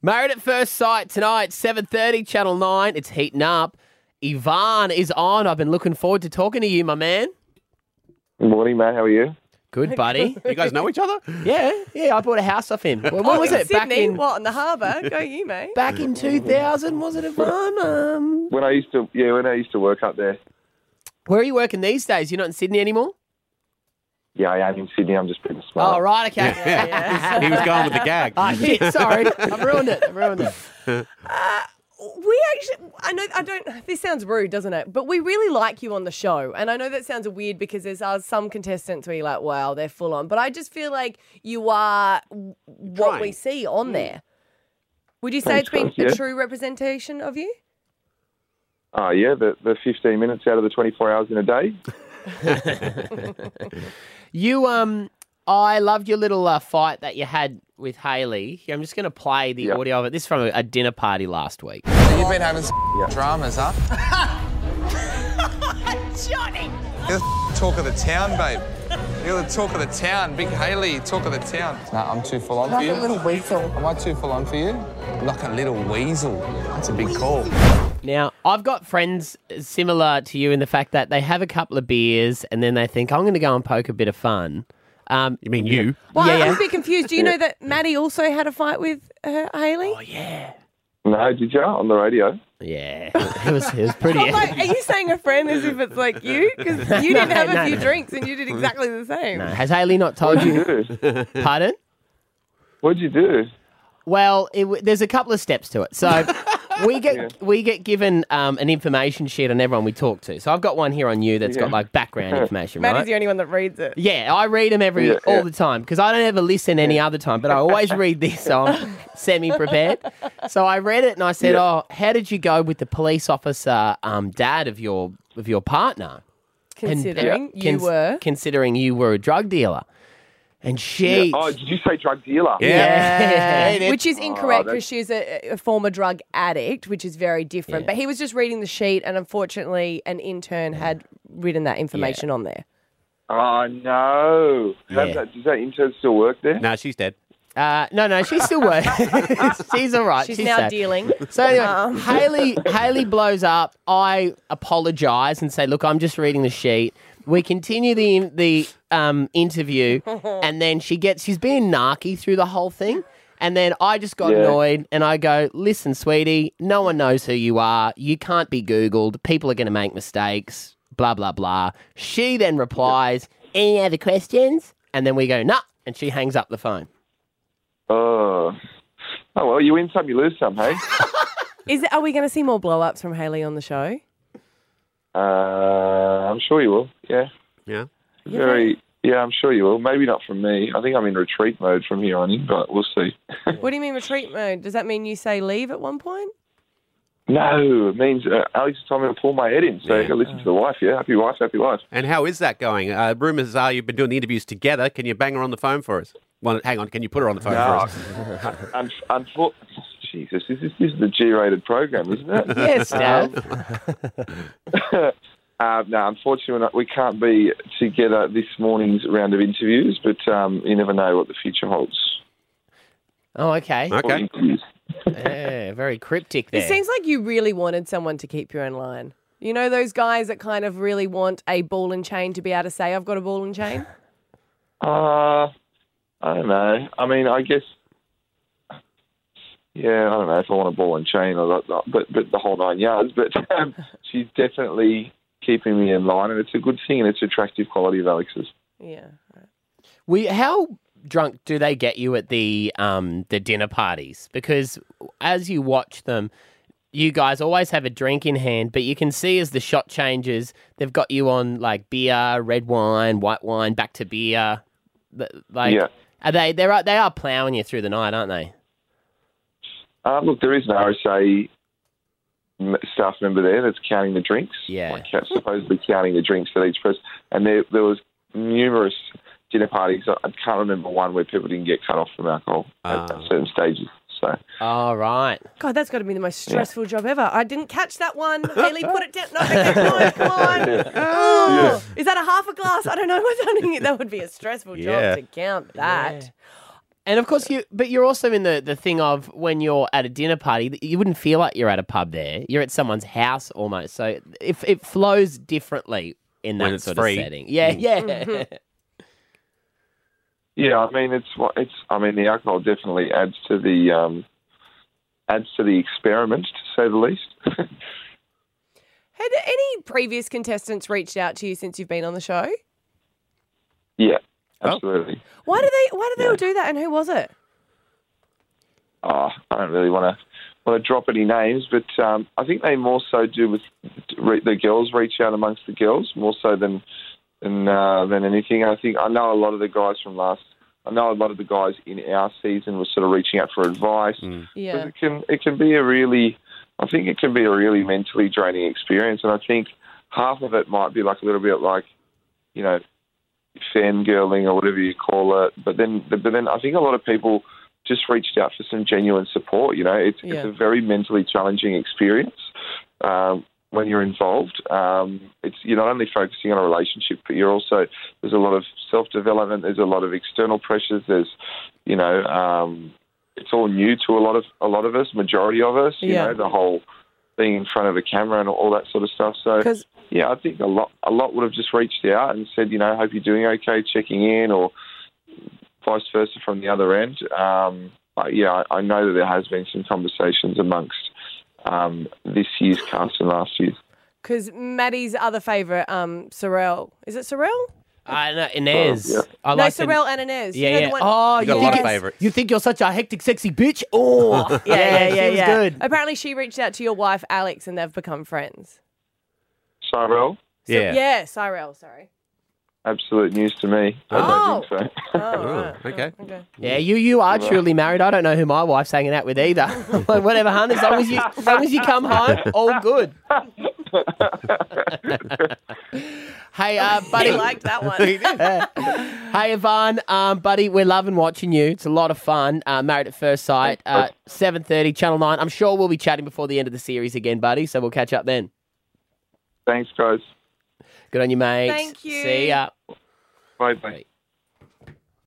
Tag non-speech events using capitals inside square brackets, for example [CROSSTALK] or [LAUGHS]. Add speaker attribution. Speaker 1: Married at First Sight tonight, 7.30, Channel 9. It's heating up. Ivan is on. I've been looking forward to talking to you, my man.
Speaker 2: Morning, mate. How are you?
Speaker 3: [LAUGHS]
Speaker 1: Good, buddy.
Speaker 4: You guys know each
Speaker 1: [LAUGHS]
Speaker 4: other?
Speaker 1: Yeah, yeah. I bought a house off him. When, when
Speaker 3: Oh,
Speaker 1: was
Speaker 3: in
Speaker 1: it?
Speaker 3: Sydney?
Speaker 1: Back in
Speaker 3: What, in the [LAUGHS] harbour? Go you, mate.
Speaker 1: back in 2000, was it, Ivan? Um,
Speaker 2: When I used to, yeah, when I used to work up there.
Speaker 1: where are you working these days? You're not in Sydney anymore?
Speaker 2: Yeah, I am in Sydney. I'm just being smart.
Speaker 1: Oh, right,
Speaker 3: [LAUGHS]
Speaker 1: okay.
Speaker 4: He was going with the gag.
Speaker 1: [LAUGHS] Ah, shit, sorry. I've ruined it. I've ruined it.
Speaker 3: We actually, I know, I don't, this sounds rude, doesn't it? But we really like you on the show. And I know that sounds weird because there's uh, some contestants where you're like, wow, they're full on. But I just feel like you are w- what
Speaker 4: Trying.
Speaker 3: we see on there. Would you say it's been
Speaker 2: Thanks, yeah.
Speaker 3: a true representation of you?
Speaker 2: Oh, yeah, the, the 15 minutes out of the 24 hours in a day.
Speaker 1: You, um, I loved your little uh, fight that you had with Haley. I'm just going to play the
Speaker 2: Yeah.
Speaker 1: audio of it. This is from a, a dinner party last week.
Speaker 5: You've been having some dramas, [LAUGHS] huh? Johnny! You're the talk of the town, babe. You're the talk of the town. Big Haley, talk of the town. Nah, I'm too full on for you. Like a little weasel. Am I too full on for you? Like a little weasel. That's a big call.
Speaker 1: Now, I've got friends similar to you in the fact that they have a couple of beers and then they think, I'm going to go and poke a bit of fun. Um,
Speaker 4: You mean you?
Speaker 3: Well,
Speaker 1: Yeah,
Speaker 3: I-
Speaker 1: yeah.
Speaker 3: I'm a bit confused. Do [LAUGHS] you know that Maddie also had a fight with uh, Haley?
Speaker 2: No, did you? On the radio?
Speaker 1: yeah, [LAUGHS] it was, it was pretty.
Speaker 3: I'm like, are you saying a friend as if it's like you? Because [LAUGHS] you didn't have a few drinks and you [LAUGHS] did exactly the same.
Speaker 1: Has Haley not told
Speaker 4: [LAUGHS]
Speaker 1: you? [LAUGHS]
Speaker 2: Dude,
Speaker 1: Pardon?
Speaker 2: what'd you do?
Speaker 1: Well, it, w- there's a couple of steps to it.
Speaker 3: [LAUGHS]
Speaker 1: So we get we get given um, an information sheet on everyone we talk to. So I've got one here on you that's got
Speaker 2: Yeah.
Speaker 1: like
Speaker 4: [LAUGHS]
Speaker 1: background information,
Speaker 3: Maddie's
Speaker 1: right?
Speaker 3: the only one that reads it.
Speaker 1: yeah, I read them every
Speaker 2: Yeah,
Speaker 1: all
Speaker 2: yeah.
Speaker 1: the time because I don't ever listen any other time, but I always read this, so
Speaker 2: [LAUGHS]
Speaker 1: I'm semi-prepared. So I read it and I said, "Oh, how did you go with the police officer um, dad of your of your partner?" And-
Speaker 3: Considering you
Speaker 1: Cons- [LAUGHS]
Speaker 3: were.
Speaker 1: considering you were a drug dealer, and she, [LAUGHS]
Speaker 2: Oh, did you say drug dealer?
Speaker 1: Yeah.
Speaker 4: Yeah.
Speaker 3: uh, Which is incorrect
Speaker 2: that's-
Speaker 3: because she's a, a former drug addict, which is very different. But he was just reading the sheet, and unfortunately, an intern had written that information on there.
Speaker 2: Oh, no. Have
Speaker 1: Yeah.
Speaker 2: that, does that intern still work there?
Speaker 4: No, she's dead.
Speaker 1: uh, no, no, she's still working. [LAUGHS] she's all right.
Speaker 3: She's,
Speaker 1: She's,
Speaker 3: now
Speaker 1: safe. [LAUGHS]
Speaker 3: dealing.
Speaker 1: So anyway, Haley Haley blows up. I apologise and say, look, I'm just reading the sheet. We continue the the um, interview, and then she gets she's being narky through the whole thing. And then I just got
Speaker 2: Yeah.
Speaker 1: annoyed, and I go, "Listen, sweetie, no one knows who you are. You can't be Googled. People are going to make mistakes. Blah blah blah." She then replies, "Any other questions?" And then we go, "Nah," and she hangs up the phone.
Speaker 2: Oh. Oh, well, you win some, you lose
Speaker 1: [LAUGHS]
Speaker 2: some, hey?
Speaker 3: Is are we going to see more blow ups from Haley on the show?
Speaker 2: uh, I'm sure you will, yeah.
Speaker 4: Yeah.
Speaker 2: Very. Yeah, I'm sure you will. Maybe not from me. I think I'm in retreat mode from here on in, but we'll see.
Speaker 3: What do you mean retreat mode? Does that mean you say leave at one point?
Speaker 2: No, it means uh, Alex told me to pull my head in. So
Speaker 4: Yeah.
Speaker 2: I listen to the wife. Yeah, happy wife, happy wife.
Speaker 4: And how is that going? Uh, rumors are you've been doing the interviews together. Can you bang her on the phone for us? Well, hang on. Can you put her on the phone for us?
Speaker 2: Un- unfor- Jesus, this is, this is the G-rated program, isn't it? [LAUGHS]
Speaker 1: Yes, Uh-huh. Dad.
Speaker 2: Uh, no, unfortunately, we're not, we can't be together this morning's round of interviews, but um, you never know what the future holds.
Speaker 1: oh, okay.
Speaker 2: Or
Speaker 4: Okay.
Speaker 2: interviews.
Speaker 1: Yeah, very cryptic there.
Speaker 3: It seems like you really wanted someone to keep you in line. You know those guys that kind of really want a ball and chain to be able to say, "I've got a ball
Speaker 1: [LAUGHS]
Speaker 3: and chain."
Speaker 2: Uh, I don't know. I mean, I guess. Yeah, I don't know if I want a ball and chain or not, not- but but the whole nine yards. But um, she's definitely keeping me in line, and it's a good thing, and it's an attractive quality of Alex's.
Speaker 3: Yeah.
Speaker 1: We how drunk do they get you at the um the dinner parties? Because as you watch them, you guys always have a drink in hand, but you can see as the shot changes, they've got you on like beer, red wine, white wine, back to beer. Th- Like
Speaker 2: Yeah.
Speaker 1: are they they're they are plowing you through the night, aren't they?
Speaker 2: Um, look, there is an RSA m- staff member there that's counting the drinks.
Speaker 1: Yeah.
Speaker 2: Like, ca- supposedly counting the drinks that each person. And there, there was numerous dinner parties. I I can't remember one where people didn't get cut off from alcohol at, at
Speaker 4: Ah.
Speaker 2: certain stages. So
Speaker 1: All right.
Speaker 3: God, that's got to be the most stressful job ever. I didn't catch that one. Haley, put it down. No, okay,
Speaker 1: [LAUGHS]
Speaker 3: come on, come on. Oh, Is that a half a glass? I don't know what's happening. That would be a stressful job
Speaker 4: Yeah.
Speaker 3: to count that.
Speaker 1: And of course, you. But you're also in the the thing of when you're at a dinner party, that you wouldn't feel like you're at a pub there. You're at someone's house almost. So if it flows differently in that
Speaker 4: When it's
Speaker 1: sort
Speaker 4: free.
Speaker 1: of setting, yeah, yeah.
Speaker 3: Mm-hmm.
Speaker 2: Yeah, I mean it's it's I mean the alcohol definitely adds to the um, adds to the experiment to say the least. [LAUGHS]
Speaker 3: Had any previous contestants reached out to you since you've been on the show?
Speaker 2: yeah, absolutely.
Speaker 3: Why do they? Why do they all do that? And who was it?
Speaker 2: Oh, I don't really want to want to drop any names, but um, I think they more so do with re- the girls reach out amongst the girls more so than than uh, than anything. I think I know a lot of the guys from last. I know a lot of the guys in our season were sort of reaching out for advice.
Speaker 3: Yeah.
Speaker 2: 'Cause It can it can be a really, I think it can be a really mentally draining experience, and I think half of it might be like a little bit like, you know, fangirling or whatever you call it. But then, but then I think a lot of people just reached out for some genuine support. You know, it's it's
Speaker 3: Yeah.
Speaker 2: a very mentally challenging experience. Um, when you're involved, um, it's you're not only focusing on a relationship, but you're also there's a lot of self development. There's a lot of external pressures. There's, you know, um, it's all new to a lot of a lot of us, majority of us. You
Speaker 3: Yeah.
Speaker 2: know, the whole being in front of a camera and all that sort of stuff. So
Speaker 3: 'Cause-
Speaker 2: yeah, I think a lot a lot would have just reached out and said, you know, hope you're doing okay, checking in, or vice versa from the other end. Um, but yeah, I, I know that there has been some conversations amongst um, this year's cast and last year's.
Speaker 3: Because Maddie's other favourite, um, Sorrel. Is it Sorrel?
Speaker 1: [LAUGHS] I know Inez.
Speaker 2: Yeah.
Speaker 1: I
Speaker 3: no,
Speaker 1: like the-
Speaker 3: Sorrel and Inez.
Speaker 1: Yeah,
Speaker 3: you know
Speaker 1: yeah.
Speaker 3: The one-
Speaker 1: Oh,
Speaker 4: You got a
Speaker 1: yeah.
Speaker 4: lot of
Speaker 1: Yes.
Speaker 4: favourites.
Speaker 1: You think you're such a hectic, sexy bitch? Oh, yeah, yeah, yeah.
Speaker 3: she was
Speaker 1: yeah. Good.
Speaker 3: Apparently, she reached out to your wife, Alex, and they've become friends.
Speaker 2: Cyrell,
Speaker 4: yeah.
Speaker 3: Yeah, Sorrel. Sorry.
Speaker 2: absolute news to me. I don't think so.
Speaker 3: Oh,
Speaker 4: Oh,
Speaker 3: right.
Speaker 4: okay.
Speaker 3: okay.
Speaker 1: Yeah, you you are truly married. I don't know who my wife's hanging out with either. [LAUGHS] Like, Whatever, hun. As long as you as long as you come home, all good. hey, uh, buddy.
Speaker 3: He liked
Speaker 1: [LAUGHS]
Speaker 3: that one.
Speaker 1: Hey, Ivan, um, buddy, we're loving watching you. It's a lot of fun. Uh, Married at First Sight, uh, seven thirty, Channel Nine. I'm sure we'll be chatting before the end of the series again, buddy. So we'll catch up then.
Speaker 2: [LAUGHS] Thanks, guys.
Speaker 1: Good on you, mate.
Speaker 3: Thank you.
Speaker 1: See ya.
Speaker 2: Bye bye.